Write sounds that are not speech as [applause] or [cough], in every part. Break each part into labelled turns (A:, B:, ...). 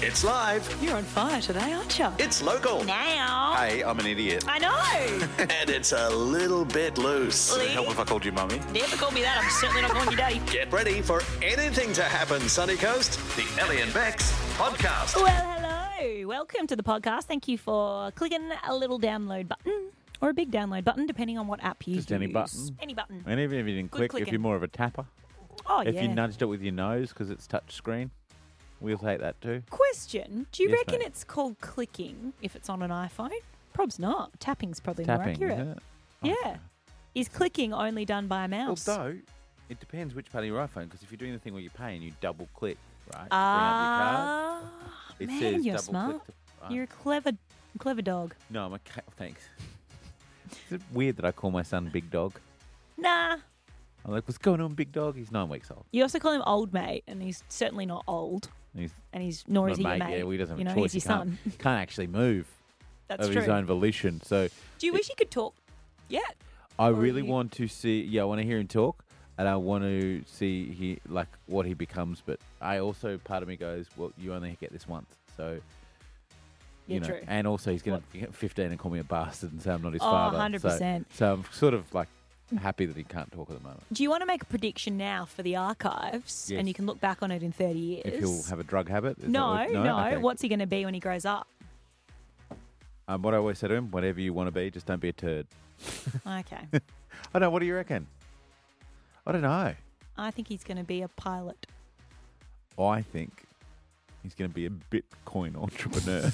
A: It's live.
B: You're on fire today, aren't you?
A: It's local.
B: Now.
A: Hey, I'm an idiot.
C: [laughs]
B: I know.
A: [laughs] And it's a little bit loose.
B: Lee,
D: Help if I called you mummy.
B: never call me that. I'm certainly not calling you daddy.
A: Get ready for anything to happen, Sunny Coast. The Ellie and Bex podcast.
B: Well, hello. Welcome to the podcast. Thank you for clicking a little download button or a big download button, depending on what app you use.
C: Just any button.
B: Any button.
C: And even if you didn't click, if
B: Good clicking.
C: you're more of a tapper,
B: Oh,
C: if
B: yeah.
C: you nudged it with your nose because it's touch screen, we'll take that too.
B: Question Do you
C: Yes,
B: reckon
C: mate.
B: it's called clicking if it's on an iPhone? Prob's not. Tapping's probably more
C: Tapping,
B: accurate.
C: isn't it? Oh.
B: Yeah. Is clicking only done by a mouse?
C: Although it depends which part of your iPhone, because if you're doing the thing where you pay and you double click, right?
B: Ah,
C: bring
B: man,
C: up your card, it says
B: you're
C: double
B: smart.
C: click. To, uh,
B: You're a clever, clever dog.
C: no, I'm a cat. Thanks. [laughs] Is it weird that I call my son Big Dog?
B: Nah.
C: I'm like, what's going on, Big Dog? He's nine weeks old.
B: You also call him old mate, and he's certainly not old,
C: And he's
B: and he's nor is
C: not
B: he
C: mate.
B: your mate.
C: Yeah, well, he doesn't have
B: you know,
C: a choice.
B: he's
C: he [laughs]
B: your
C: can't,
B: son.
C: can't actually move
B: That's
C: of
B: true.
C: his own volition. So
B: Do you wish he could talk? Yeah.
C: I
B: Or
C: really
B: you-
C: want to see. Yeah, I want to hear him talk, and I want to see he like what he becomes. But I also, part of me goes, well, you only get this once, so you
B: Yeah,
C: know.
B: true. Oh,
C: And also, he's going to get 15 and call me a bastard and say I'm not his father.
B: 100%.
C: So, so I'm sort of like happy that he can't talk at the moment.
B: Do you want to make a prediction now for the archives, and
C: Yes.
B: you can look back on it in thirty years?
C: If he'll have a drug habit, is that
B: no,
C: what-
B: no.
C: Okay.
B: What's he going to be when he grows up? [laughs]
C: Um, what I always say to him: whatever you want to be, just don't be a turd.
B: Okay.
C: I don't. know. What do you reckon? I don't know.
B: I think he's going to be a pilot.
C: I think he's going to be a Bitcoin [laughs] entrepreneur.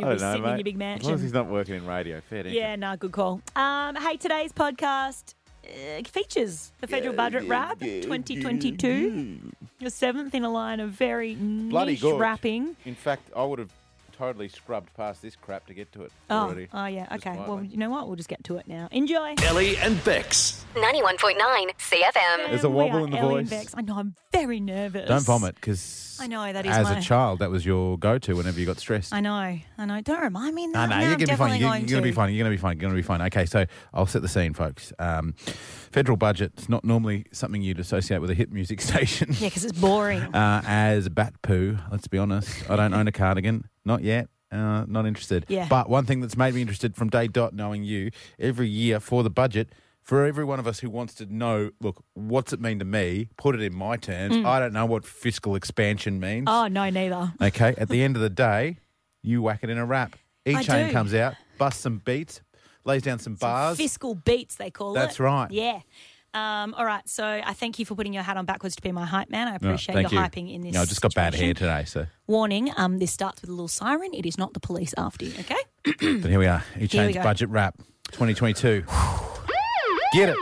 C: [laughs]
B: you'll
C: don't know,
B: be sitting in
C: mate.
B: your big
C: As long as he's
B: mansion.
C: not working in radio, fair dinkum.
B: [laughs] Yeah, nah, good call. Um, hey, today's podcast uh, features the federal budget wrap 2022. Your seventh in a line of very
C: Mm. Bloody
B: niche
C: good.
B: wrapping.
C: In fact, I would have totally scrubbed past this crap to get to it
B: Oh,
C: already.
B: oh yeah.
C: Just
B: Okay. Well,
C: quietly.
B: you know what? We'll just get to it now. Enjoy.
A: Ellie and Bex.
E: 91.9 CFM.
C: There's a
B: We
C: wobble
B: are
C: in the
B: Ellie and
C: voice.
B: Bex. I know. I'm very nervous.
F: Don't vomit, because
B: I know, that is
F: as
B: my-
F: a child that was your go-to whenever you got stressed.
B: I know. I know. Don't remind me. Now,
F: Ah, no,
B: now
F: you're
B: I'm
F: gonna be fine.
B: definitely
F: You're,
B: going
F: you're gonna be
B: to.
F: fine. You're gonna be fine. You're gonna be fine. Okay, so I'll set the scene, folks. Um, federal budget is not normally something you'd associate with a hit music [laughs] station.
B: Yeah, because it's boring.
F: [laughs] Uh, as bat poo, let's be honest. I don't own a cardigan, not yet. Uh, not interested.
B: Yeah.
F: But one thing that's made me interested from day dot, knowing you, every year for the budget, for every one of us who wants to know, look, what's it mean to me? Put it in my terms. I don't know what fiscal expansion means.
B: Mm. oh no, neither.
F: Okay, at the end of the day, you whack it in a wrap. E
B: I
F: Chain
B: do.
F: comes out, busts some beats, lays down some bars.
B: Fiscal beats, they call it.
F: That's right.
B: Yeah. Um, all right. So I thank you for putting your hat on backwards to be my hype man. I
F: No,
B: appreciate
F: thank
B: your
F: you.
B: hyping in this.
F: No, I just got bad hair
B: situation.
F: today, so.
B: Warning. Um, this starts with a little siren. It is not the police after you. Okay.
F: But here we are. E Chain's
B: go.
F: budget wrap 2022. Get it.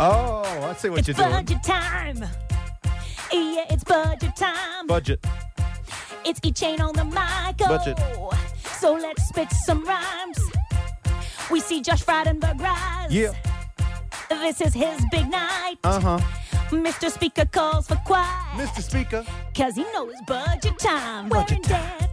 F: Oh, I see what
B: It's
F: you're doing.
B: budget time. Yeah, it's budget time.
F: Budget.
B: It's E Chain on the mic. oh.
F: Budget.
B: So let's spit some rhymes. We see Josh Frydenberg rise.
F: Yeah.
B: This is his big night.
C: uh-huh.
F: Uh huh.
B: Mr. Speaker calls for quiet.
F: Mr. Speaker.
B: Cause he knows budget time. We're in debt.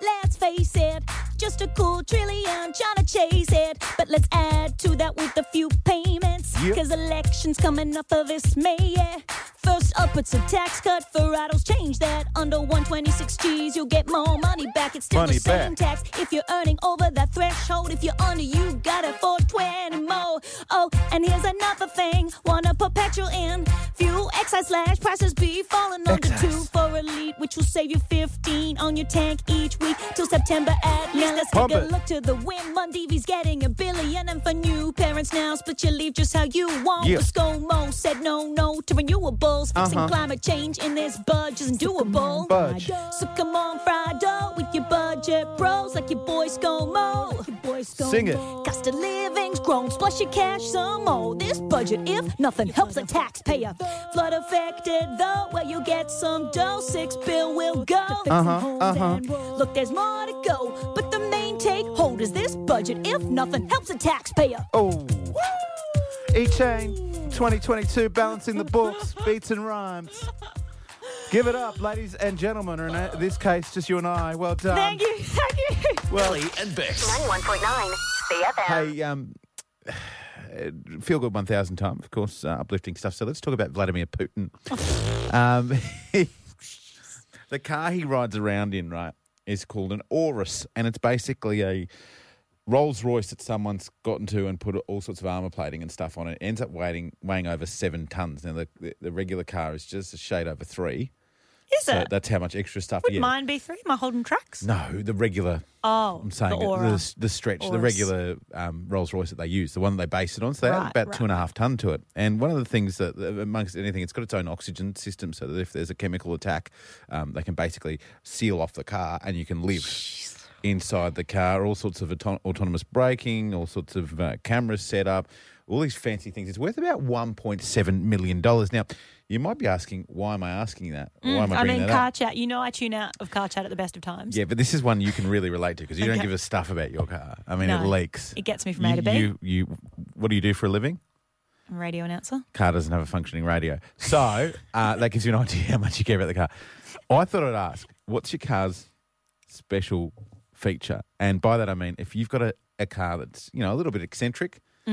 B: Let's face it. Just a cool trillion trying to chase it. But let's add to that with a few payments.
F: Yep.
B: Cause elections coming up for this May. Yeah. First up, it's a tax cut for idles. Change that under 126 G's. You'll get more money back. It's still
F: Money
B: the same
F: back.
B: tax if you're earning over that threshold. If you're under, you gotta for 20 more. Oh, and here's another thing. Wanna perpetual in fuel excise slash prices be falling under
F: Excise.
B: two for elite, which will save you 15 on your tank each week till September at least. Let's
F: Pump
B: take a
F: it.
B: look to the win. Mundivi's getting a billion, and for new parents now, split your leave just how you want.
F: Yeah.
B: The ScoMo said no, no to renewables. Fixing
F: Uh-huh.
B: climate change in this budge isn't doable.
F: Budge.
B: So come on, Friday, with your budget bros, like your boy ScoMo. Like your boy ScoMo.
F: Sing it.
B: Cost of living's grown, splash your cash some more. This budget, if nothing, helps the taxpayer. Flood affected though, well you'll get some dough. Six bill will go. Uh-huh, uh-huh. Look, there's more to go, but the main take hold is this budget, if nothing, helps the taxpayer.
C: Oh. E Chain 2022 balancing the books, beats and rhymes. Give it up, ladies and gentlemen, or in a- this case, just you and I. Well done.
F: um,
B: Thank you, thank you.
C: Well,
A: Ellie and Bex.
E: 91.9 CFM.
C: hey, um,
F: uh, [sighs] feel good 1000 time, of course, uh, uplifting stuff. So let's talk about Vladimir Putin. um, [laughs] the car he rides around in, right, is called an Aurus, and it's basically a Rolls Royce that someone's gotten to and put all sorts of armor plating and stuff on it. it ends up weighing weighing over seven tons. Now the, the, the regular car is just a shade over three.
B: Is
F: So
B: it?
F: that's how much extra stuff.
B: Would
F: yeah.
B: mine be three? My Holden trucks?
F: No, the regular.
B: Oh,
F: I'm saying
B: the
F: it,
B: aura.
F: the, the stretch, the
B: Aurus.
F: regular um, Rolls Royce that they use, the one that they base it on. So they add
B: Right,
F: about
B: right.
F: two and a half ton to it. And one of the things that, uh, amongst anything, it's got its own oxygen system, so that if there's a chemical attack, um, they can basically seal off the car, and you can live. Inside the car, all sorts of auto- autonomous braking, all sorts of uh, cameras set up, all these fancy things. It's worth about $1.7 million. Now, you might be asking, why am I asking that? why am I
B: Mm, I
F: bringing
B: mean,
F: that up?
B: car chat. You know, I tune out of car chat at the best of times.
F: Yeah, but this is one you can really relate to because you don't
B: Okay.
F: give a stuff about your car. I mean,
B: No.
F: it leaks.
B: It gets me from
F: you,
B: A to B.
F: You, you, what do you do for a living?
B: I'm a radio announcer.
F: Car doesn't have a functioning radio,
B: [laughs]
F: so uh, that gives you an idea how much you care about the car. I thought I'd ask, what's your car's special feature? And by that I mean, if you've got a, a car that's you know a little bit eccentric, a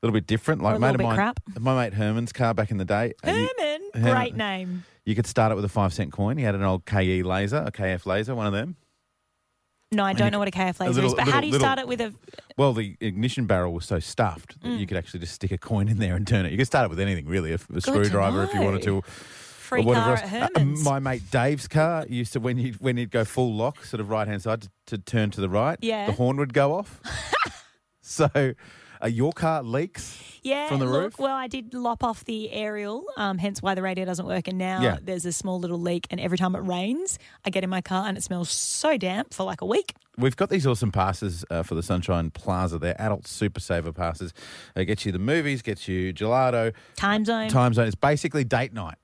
F: little bit different, like
B: Mm-hmm. a
F: mate
B: little
F: of mine,
B: bit
F: my mate Herman's car back in the day. uh, you-
B: Herman,
F: Herman-
B: great name.
F: you could start it with a five cent coin. He had an old KE laser, a KF laser, one of them.
B: No, I
F: you-
B: don't know what a KF laser
F: little-
B: is, but how
F: little-
B: do you
F: little-
B: start it with a?
F: Well, the ignition barrel was so stuffed that
B: Mm.
F: you could actually just stick a coin in there and turn it. You could start it with anything, really, a, a screwdriver if you wanted
B: know.
F: to.
B: Free
F: or whatever
B: car
F: else.
B: at
F: Uh, uh,
B: Herman's.
F: my mate Dave's car used to when you when he'd go full lock, sort of right hand side to, to turn to the right.
B: Yeah.
F: the horn would go
B: [laughs]
F: off. so, uh, your car leaks.
B: yeah,
F: from the
B: look,
F: roof?
B: well, I did lop off the aerial, um, hence why the radio doesn't work. And now
F: Yeah.
B: there's a small little leak, and every time it rains, I get in my car and it smells so damp for like a week.
F: We've got these awesome passes uh, for the Sunshine Plaza. They're adult super saver passes. They get you the movies, get you gelato,
B: Time zone.
F: time zone. It's basically date night,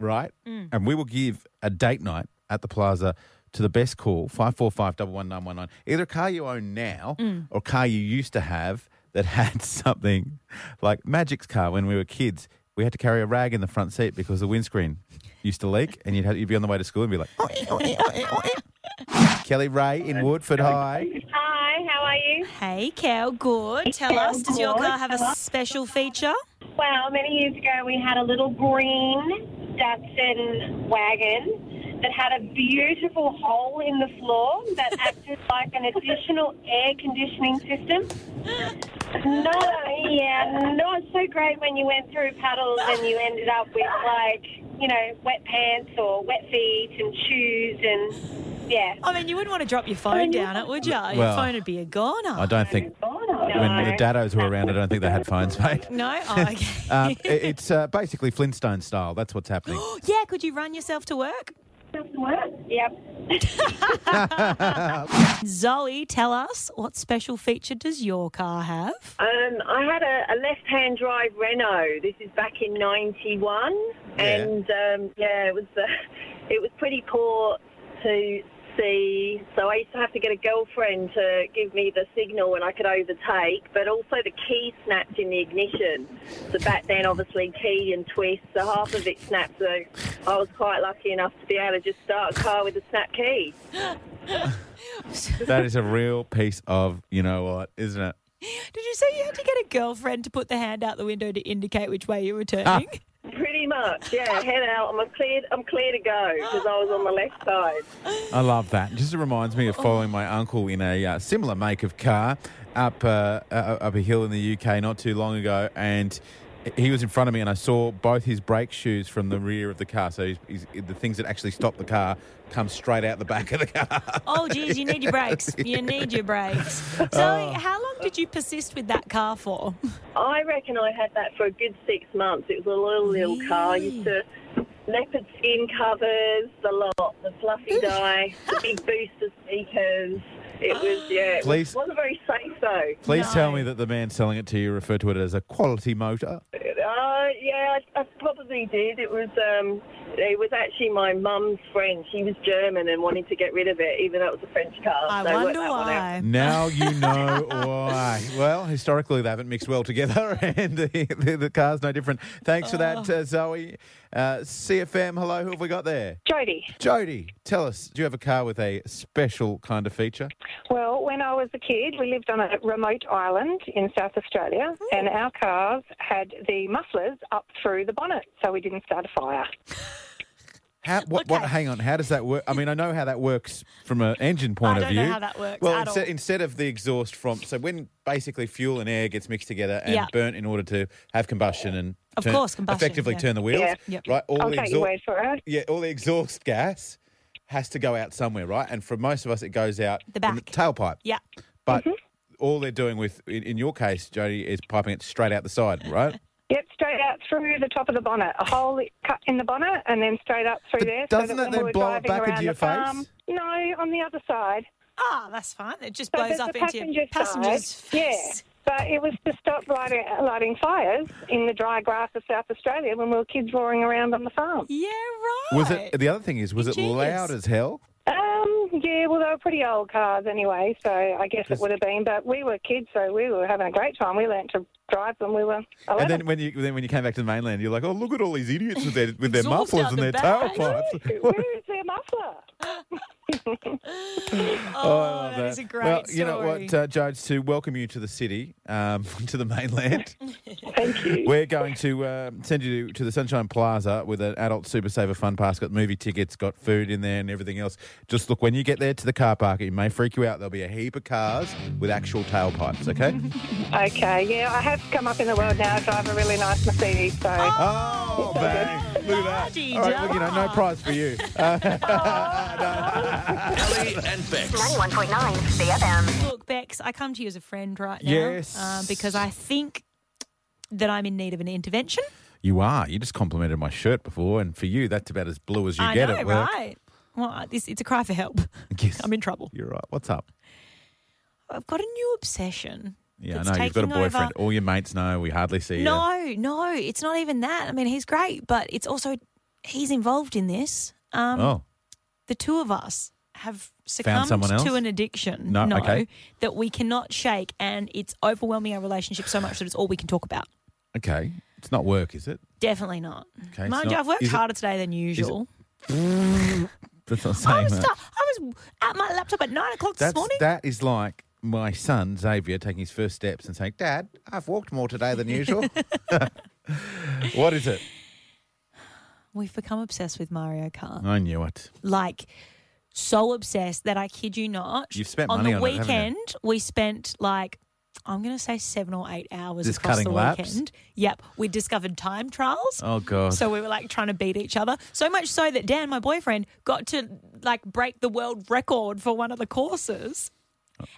F: right? And we will give a date night at the plaza to the best call, 545 Either a car you own now or a car you used to have that [laughs] had something like Magic's car when we were kids. We had to carry a rag in the front seat because the windscreen used to leak, and you'd, have, you'd be on the way to school and be like, "Oh, eh, oh,
B: [laughs]
F: eh, oh, eh, oh, eh." Kelly Ray in Woodford High.
D: Hi, how are you?
B: [laughs] Hey, Cal, good. Tell us, does your car have a special feature?
D: Well, many years ago we had a little green Datsun wagon that had a beautiful hole in the floor that acted like an additional air conditioning system. No, yeah, not so great when you went through puddles and you ended up with like, you know, wet pants or wet feet and shoes and yeah.
B: I mean, you wouldn't want to drop your phone down it, would you? Your
F: Well,
B: phone would be a goner.
F: I don't think when the daddos were around, I don't think they had phones, [laughs] mate.
B: No? Oh, okay.
F: Um, it- it's uh, basically Flintstone style. That's what's happening.
B: yeah, could you run yourself to work?
D: Yep.
B: Zoe, tell us, what special feature does your car have?
G: Um, I had a, a left-hand drive Renault. This is back in '91, and um, yeah, it was uh, [laughs] it was pretty poor to see. So I used to have to get a girlfriend to give me the signal when I could overtake, but also the key snapped in the ignition. So back then, obviously, key and twist. So half of it snapped. So I was quite lucky enough to be able to just start a car with a snap key.
F: That is a real piece of you know what, isn't it?
B: Did you say you had to get a girlfriend to put the hand out the window to indicate which way you were turning?
G: Pretty much, yeah. Head out. I'm cleared. I'm clear to go because I was on the left side.
F: I love that. It Just reminds me of following my uncle in a uh, similar make of car up uh, uh, up a hill in the UK not too long ago, and he was in front of me, and I saw both his brake shoes from the rear of the car. So he's, he's, the things that actually stop the car come straight out the back of the car.
B: [laughs]
F: [laughs]
B: Oh, geez, you need your brakes. [laughs] You need your brakes. Oh. Zoe, how long did you persist with that car for?
G: I reckon I had that for a good six months. It was a little little car. I used to leopard skin covers, the lot, the fluffy dye, the big booster speakers. It
B: [gasps]
G: was yeah. It
F: Please-
G: was, wasn't very safe though.
F: Please
B: No.
F: tell me that the man selling it to you referred to it as a quality motor.
G: Uh, yeah, I, I probably did. It was um, it was actually my mum's friend. She was German and wanted to get rid of it, even though it was a French car.
B: I
G: So worked
B: wonder
G: that one out.
B: why. [laughs]
F: Now you know why. Well,
B: Oh.
F: [laughs] historically, they haven't mixed well together, and the, the, the car's no different. Thanks for that, uh, Zoe. Uh, CFM, hello. Who have we got there?
H: Jody.
F: Jody, tell us, do you have a car with a special kind of feature?
H: Well, when I was a kid, we lived on a remote island in South Australia, and our cars had the mufflers up through the bonnet, so we didn't start a fire.
F: How, what, what,
B: Okay.
F: hang on, how does that work? I mean, I know how that works from an engine point
B: I
F: of
B: don't
F: view.
B: know how that works
F: Well,
B: at
F: inse-
B: all.
F: instead of the exhaust from, so when basically fuel and air gets mixed together and
B: Yeah.
F: burnt in order to have combustion and
B: Of course, combustion,
F: effectively
B: yeah.
F: turn the wheels,
H: Yeah.
B: Yep.
F: right? All
H: I'll
F: the
H: take your
F: exhaust-
H: word for it.
F: Yeah, all the exhaust gas has to go out somewhere, right? And for most of us, it goes out
B: The
F: from
B: back.
F: tailpipe.
B: Yeah.
F: But all they're doing with, in, in your case, Jody, is piping it straight out the side,
B: [laughs]
F: right?
H: Yep, straight out through the top of the bonnet, a hole cut in the bonnet, and then straight up through
F: But
H: there.
F: doesn't
H: so
F: that
H: that when
F: then
H: we were
F: blow it
H: driving
F: back
H: around
F: into your
H: the farm-
F: face?
H: No, on the other side.
B: Ah, that's fine. It just
H: So
B: blows
H: there's
B: up
H: the
B: into your passenger's
H: side.
B: face.
H: Yeah, but it was to stop lighting, lighting fires in the dry grass of South Australia when we were kids roaring around on the farm.
B: Yeah, right.
F: Was it, the other thing is, was it
B: Ingenious.
F: loud as hell?
H: Um, yeah, well, they were pretty old cars anyway, so I guess it would have been. But we were kids, so we were having a great time. We learnt to drive when we were 11.
F: And then when you then when you came back to the mainland, you're like, oh look at all these idiots with their with their
B: Exhaust
F: mufflers
B: out
F: and
B: the
F: their
B: back.
F: [laughs]
H: [laughs]
F: tailpipes. What-
H: Where is their muffler?
B: oh, that is a great
F: well,
B: story.
F: you know what, uh, Judge, to welcome you to the city, um, [laughs] to
B: [laughs]
F: the mainland,
H: Thank you.
F: we're going to um, send you to, to the Sunshine Plaza with an adult Super Saver Fun Pass. Got movie tickets, got food in there, and everything else. Just look when you get there to the car park. It may freak you out. There'll be a heap of cars with actual
B: [laughs]
F: tailpipes. Okay.
H: Okay, yeah, I have come up in the world now. I drive a really nice Mercedes, so.
F: Oh, bang!
B: uh,
F: Look at that.
B: Bloody
F: All right, look, you know, no prize
B: [laughs]
F: for you. Uh,
A: Ellie and Bex.
E: 91.9 CFM.
B: Oh, Look, Bex, I come to you as a friend right now.
F: Yes.
B: um, because I think that I'm in need of an intervention.
F: You are. You just complimented my shirt before, and for you, that's about as blue as you
B: I
F: get
B: know,
F: at work.
B: right? Well, I- this, it's a cry for help. [laughs]
F: Yes.
B: I'm in trouble.
F: You're right. What's up?
B: I've got a new obsession.
F: Yeah,
B: that's
F: I know. You've got a
B: taking over-
F: boyfriend. Oh, All your mates know. We hardly see you.
B: No, no, it's not even that. I mean, he's great, but it's also he's involved in this. Um,
F: Oh,
B: The two of us have succumbed
F: someone else?
B: to an addiction.
F: No, okay.
B: that we cannot shake, and it's overwhelming our relationship so much that it's all we can talk about.
F: okay. It's not work, is it?
B: Definitely not.
F: Okay, it's
B: Mind you,
F: not-
B: I've worked
F: is it-
B: harder today than
F: [laughs]
B: usual.
F: That's not saying
B: I was,
F: that.
B: sta- I was at my laptop at nine o'clock
F: That's,
B: this morning.
F: That is like my son, Xavier, taking his first steps and saying, Dad, I've walked more today
B: [laughs]
F: than usual. [laughs] what is it?
B: We've become obsessed with Mario Kart.
F: I knew it.
B: like so obsessed that I kid you not.
F: You've spent
B: on
F: money
B: the
F: on it, haven't you?
B: weekend. we spent like I'm going to say seven or eight hours
F: Just
B: across
F: cutting
B: the
F: laps?
B: weekend. Yep, we discovered time trials.
F: Oh, God.
B: So we were like trying to beat each other so much so that Dan, my boyfriend, got to like break the world record for one of the courses.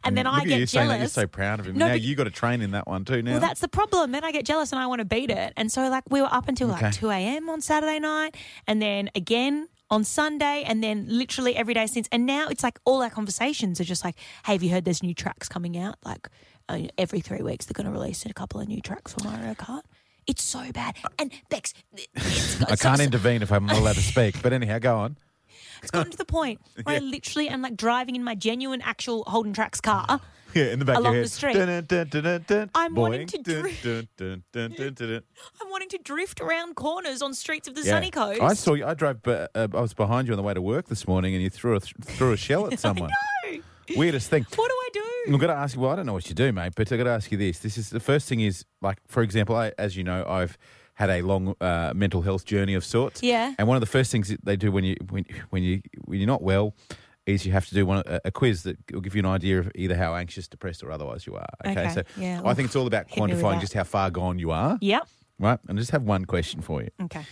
B: And then
F: Look
B: I
F: at
B: get
F: you saying that
B: jealous.
F: Oh, you're so proud of him.
B: No,
F: now
B: but-
F: you got to train in that one too. Now
B: Well, that's the problem. Then I get jealous and I want to beat it. And so, like, we were up until
F: Okay.
B: like 2 a.m. on Saturday night and then again on Sunday and then literally every day since. And now it's like all our conversations are just like, hey, have you heard there's new tracks coming out? Like, uh, every three weeks they're going to release a couple of new tracks for Mario Kart. It's so bad. And Bex, it's got,
F: Uh, [laughs] I
B: it's got-
F: can't intervene if I'm
B: [laughs]
F: not allowed to speak. But anyhow, go on. [laughs]
B: it's gotten to the point where I literally am like driving in my genuine, actual Holden Tracks car.
F: Yeah, in the back
B: Along
F: of your head.
B: the street.
F: Dun, dun, dun, dun, dun.
B: I'm wanting
F: Boing.
B: to
F: Dun,
B: drift.
F: dun, dun, dun, dun, dun, dun.
B: I'm wanting to drift around corners on streets of the
F: Yeah.
B: sunny coast.
F: I saw you. I drove. Uh, uh, I was behind you on the way to work this morning, and you threw a threw a
B: [laughs]
F: shell at someone.
B: No.
F: Weirdest thing.
B: What do I do?
F: I'm going to ask you. Well, I don't know what you do, mate, but I got to ask you this. This is the first thing is like, for example, I, as you know, I've had a long uh, mental health journey of sorts.
B: Yeah.
F: And one of the first things that they do when you when when you when you're not well is you have to do one a, a quiz that will give you an idea of either how anxious, depressed, or otherwise you are. Okay.
B: Okay,
F: So
B: yeah,
F: I think it's all about
B: Hit me with
F: quantifying
B: that.
F: just how far gone you are.
B: Yep.
F: Right. And I just have one question for you.
B: Okay.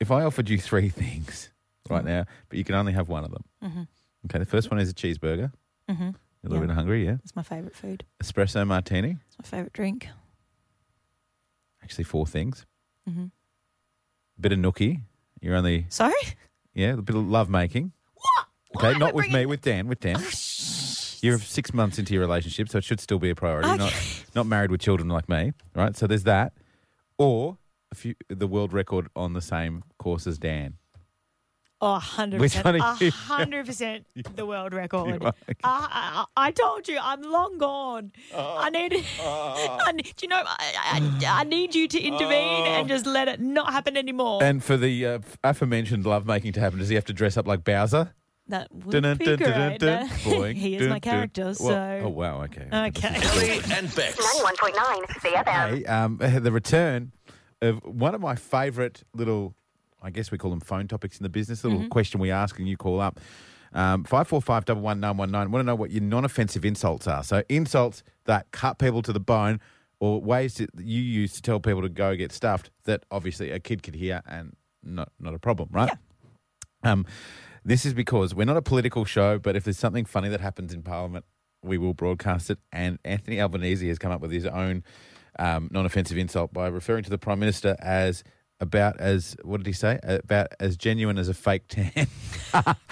F: if I offered you three [laughs] things right now, but you can only have one of them. Okay, the first one is a cheeseburger. You're a little
B: Mm-hmm. Yeah.
F: bit hungry, yeah.
B: It's my favourite food.
F: Espresso martini.
B: It's my favourite drink.
F: Actually, four things.
B: Mm-hmm.
F: Bit of nookie. You're only
B: Sorry?
F: yeah, a bit of love making.
B: What? Why
F: Okay,
B: am I
F: not with me,
B: bringing- Oh,
F: with Dan, with Dan. You're six months into your relationship, so it should still be a priority. You're Not not married with children like me, right? So there's that, or a few, the world record on the same course as Dan.
B: Oh, 100%.
F: Which one are [laughs] you?
B: 100% the world record.
F: you are-
B: I, I, I told you, I'm long gone.
F: Uh-huh.
B: I need, [laughs] I ne- do you know, I, I, I need you to intervene and just let it not happen anymore.
F: And for the uh, aforementioned lovemaking to happen, does he have to dress up like Bowser?
B: that would
F: Dun,
B: be
F: dun, dun,
B: great. [laughs]
F: dun, dun.
B: no?
F: Boing,
B: he is
F: dun,
B: my
F: dun.
B: character,
F: Well-
B: so.
F: oh wow, okay.
B: Okay. [laughs]
A: Ellie and Bex.
E: 91.9 CFM.
F: Hey, um, [laughs] the return of one of my favourite little, I guess we call them phone topics in the business, little
B: Mm-hmm.
F: question we ask and you call up. Um, 545-11919. Want to know what your non-offensive insults are. So insults that cut people to the bone or ways that you use to tell people to go get stuffed that obviously a kid could hear and not, not a problem, right? Um, this is because we're not a political show, but if there's something funny that happens in Parliament, we will broadcast it. And Anthony Albanese has come up with his own um, non-offensive insult by referring to the Prime Minister as about as what did he say about as genuine as a fake tan [laughs]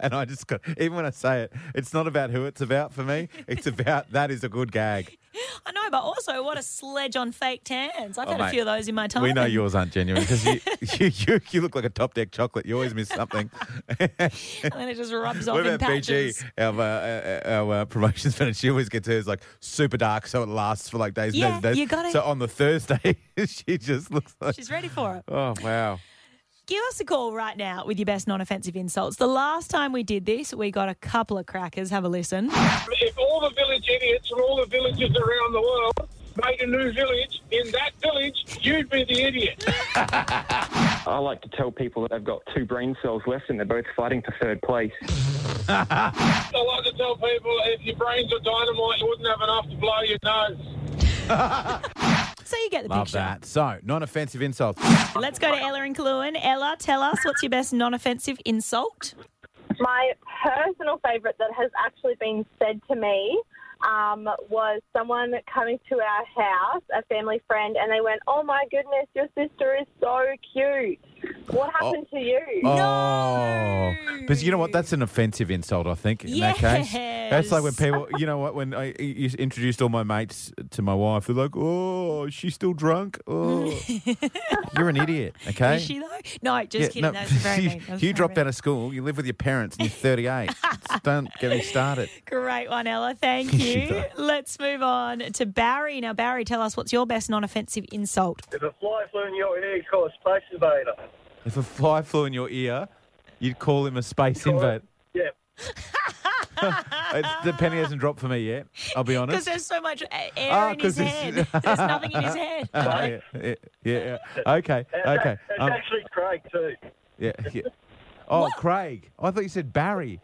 F: and i just got even when i say it it's not about who it's about for me it's about that is a good gag
B: I know, but also, what a sledge on fake tans. I've
F: Oh,
B: had a
F: mate,
B: few of those in my time.
F: we know yours aren't genuine because you, [laughs] you, you you look like a top deck chocolate you always miss something
B: [laughs] And then it just rubs off
F: What
B: in
F: about BG?
B: patches.
F: Our, uh, uh, our uh, promotions manager, she always gets hers like super dark, so it lasts for like days and
B: Yeah,
F: days and days.
B: you gotta-
F: So on the Thursday, [laughs] she just looks like,
B: She's ready for it.
F: [laughs] oh, wow.
B: Give us a call right now with your best non offensive insults. The last time we did this, we got a couple of crackers. Have a listen.
I: if all the village idiots from all the villages around the world made a new village, in that village, you'd be
G: [laughs]
I: the idiot.
J: I like to tell people that they've got two brain cells left and they're both fighting for third place.
I: I like to tell people if your brains were dynamite, you wouldn't have enough to blow your nose.
B: So you get the
F: Love
B: picture.
F: that. So, non offensive insults.
B: Let's go to Ella in Kluin. Ella, tell us what's your best non offensive insult?
D: My personal favourite that has actually been said to me um, was someone coming to our house, a family friend, and they went, "Oh my goodness, your sister is so cute. What happened to you?"
F: Oh. But you know what? That's an offensive insult, I think, in that case. That's like when
B: Yes.
F: people, you know what? When I you introduced all my mates to my wife, they're like, oh, she's still drunk.
B: [laughs]
F: Oh. You're an idiot, okay?
B: Is she though? No, just kidding.
F: no,
B: That was very
F: [laughs] you,
B: mean. That was
F: you
B: very
F: dropped
B: mean.
F: out of school. You live with your parents, [laughs] and you're 38. Just Don't get me started.
B: Great one, Ella. Thank
F: [laughs] She
B: you.
F: does.
B: Let's move on to Barry. Now, Barry, tell us what's your best non offensive insult?
I: If a fly flew in your ear, you call a space invader.
F: If a fly flew in your ear, you'd call him a space invader.
I: Yeah.
F: It's, the penny hasn't dropped for me yet. I'll [laughs] be
B: Because
F: honest.
B: there's so much a- air
F: Ah,
B: in his
F: 'cause [laughs] it's-
B: head. there's nothing in his head.
F: Ah, yeah, yeah, yeah, yeah. Okay. Okay. Um,
I: actually Craig, too.
F: yeah, yeah. Oh, Craig. I thought you said Barry.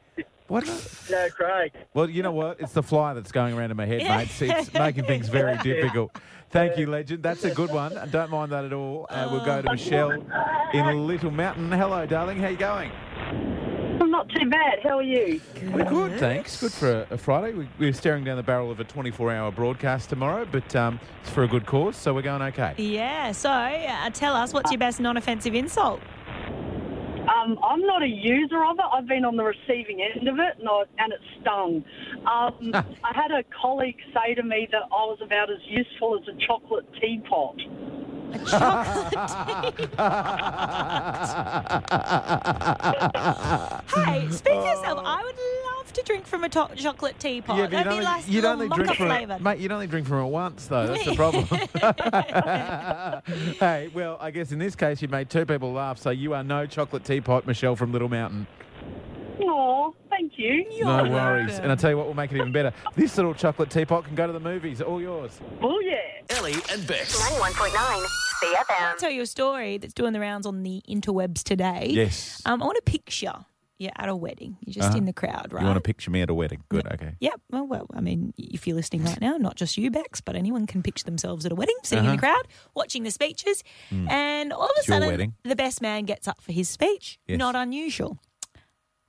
F: What?
I: No, Craig.
F: Well, you know what? It's the fly that's going around in my head, mate. It's, it's making things very difficult. Thank you, legend. That's a good one. I don't mind that at all. Uh, we'll go to Michelle in Little Mountain. Hello, darling. How you going?
G: I'm not too bad. How are you?
F: We're good, thanks. Good for a, a Friday. We, we're staring down the barrel of a 24-hour broadcast tomorrow, but um, it's for a good cause, so we're going
B: [laughs]
F: okay. [laughs]
B: Yeah, so uh, tell us what's your best non offensive
F: [laughs]
B: insult?
G: Um, I'm not a user of it. I've been on the receiving end of it, and, I, and it stung. Um,
F: [laughs]
G: I had a colleague say to me that I was about as useful as a chocolate teapot.
F: [laughs]
B: Hey, speak for yourself. I would love to drink from a to- chocolate teapot.
F: Oh. Yeah, but
B: That'd
F: you'd
B: be
F: only,
B: like
F: you'd
B: little
F: only
B: mocha
F: drink from
B: flavour.
F: it, mate. You'd only drink from it once, though. That's the
B: [laughs]
F: problem. [laughs] hey, well, I guess in this case you've made two people laugh, so you are no chocolate teapot, Michelle from Little Mountain.
G: Aw, thank you.
F: no worries. And I tell you what, we'll make it even better. This little chocolate teapot can go to the movies. All yours.
G: Oh, yeah.
A: Ellie and Bex.
E: 91.9 CFM.
B: tell you a story that's doing the rounds on the interwebs today.
F: Yes. Uh-huh.
B: Um, I want a picture. You're at a wedding. You're just in the crowd, right?
F: You want to picture me at a wedding? Good. Okay.
B: Yep. Well, well, I mean, if you're listening right now, not just you, Bex, but anyone can picture themselves at a wedding, sitting in the crowd, watching the speeches, and all of a
F: Uh-huh. Mm. your
B: sudden,
F: wedding.
B: the best man gets up for his speech.
F: Yes.
B: Not unusual.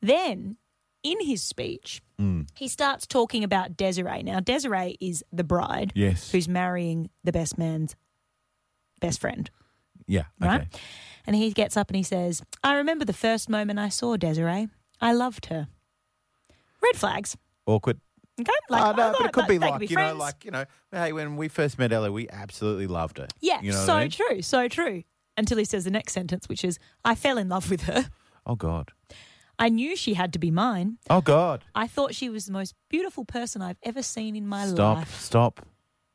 B: Then, in his speech,
F: Mm.
B: he starts talking about Desiree. Now, Desiree is the bride
F: Yes.
B: who's marrying the best man's best friend
F: Yeah.
B: right? And he gets up and he says, I remember the first moment I saw Desiree. I loved her. Red flags.
F: Awkward.
B: Okay. Like,
F: oh, no,
B: oh,
F: but it could
B: they
F: be like, you know,
B: friends.
F: like, you know, hey, when we first met Ella, we absolutely loved her.
B: Yeah,
F: You know what
B: so
F: I mean?
B: true, so true. Until he says the next sentence, which is, I fell in love with her.
F: Oh, God.
B: I knew she had to be mine.
F: Oh, God.
B: I thought she was the most beautiful person I've ever seen in my
F: Stop.
B: life.
F: Stop.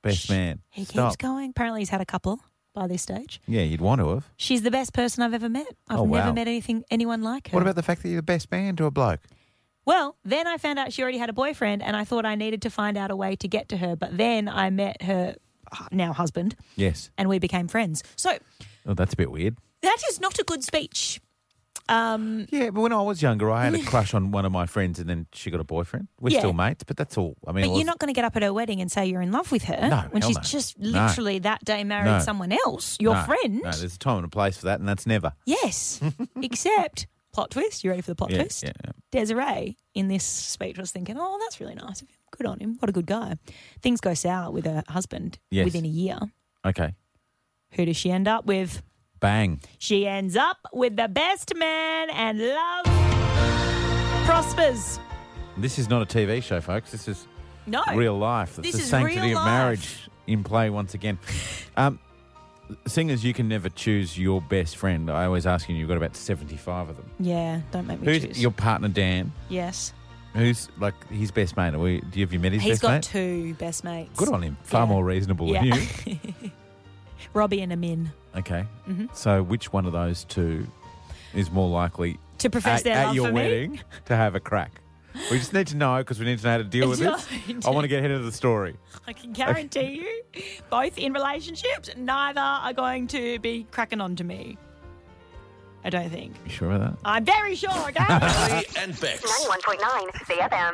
F: Best man.
B: He
F: Stop.
B: keeps going. Apparently, he's had a couple by this stage.
F: Yeah, you'd want to have.
B: She's the best person I've ever met. I've
F: Oh, wow.
B: never met anything anyone like her.
F: What about the fact that you're the best man to a bloke?
B: Well, then I found out she already had a boyfriend, and I thought I needed to find out a way to get to her. But then I met her h- now husband,
F: Yes.
B: and we became friends. So
F: Oh, that's a bit weird.
B: that is not a good speech. Um,
F: Yeah, but when I was younger,
B: [laughs]
F: I had a crush on one of my friends, and then she got a boyfriend. We're
B: Yeah.
F: still mates, but that's all. I mean, it
B: but you're
F: was-
B: not going to get up at her wedding and say you're in love with her
F: No,
B: when
F: hell
B: she's
F: no.
B: just
F: No.
B: literally that day married
F: No.
B: someone else, your
F: No,
B: friend.
F: No, there's a time and a place for that, and that's never. [laughs]
B: yes, except plot twist. You ready for the plot
F: Yeah,
B: twist?
F: yeah, yeah.
B: Desiree in this speech was thinking, "Oh, that's really nice of him. Good on him. What a good guy." Things go sour with her husband
F: Yes.
B: within a year.
F: Okay.
B: Who does she end up with?
F: Bang.
B: She ends up with the best man and love prospers.
F: This is not a TV show, folks. This is
B: No.
F: real life. That's
B: This
F: the
B: is
F: sanctity
B: real
F: of
B: life.
F: marriage in play
B: [laughs]
F: once again. um, singers, you can never choose your best friend. I always ask you, and you've got about 75 of them.
B: Yeah, don't make me
F: Who's
B: choose.
F: your partner, Dan?
B: yes.
F: Who's like his best mate? Are we, do you, have you met his
B: He's
F: best
B: got
F: mate?
B: two best mates.
F: Good on him. Far more reasonable than
B: Yeah.
F: you.
B: [laughs] Robbie and Amin.
F: Okay.
B: Mhm.
F: So, which one of those two is more likely
B: To profess
F: at,
B: their
F: at
B: love
F: your
B: for me?
F: wedding to have a crack? We just need to know because we need to know how
B: [laughs]
F: to deal with this. I want to get ahead of the story.
B: I can guarantee you, both in relationships, neither are going to be cracking on to me. I don't think.
F: You sure about that? [laughs]
B: I'm very sure, okay?
A: and Bex.
E: 91.9 CFM.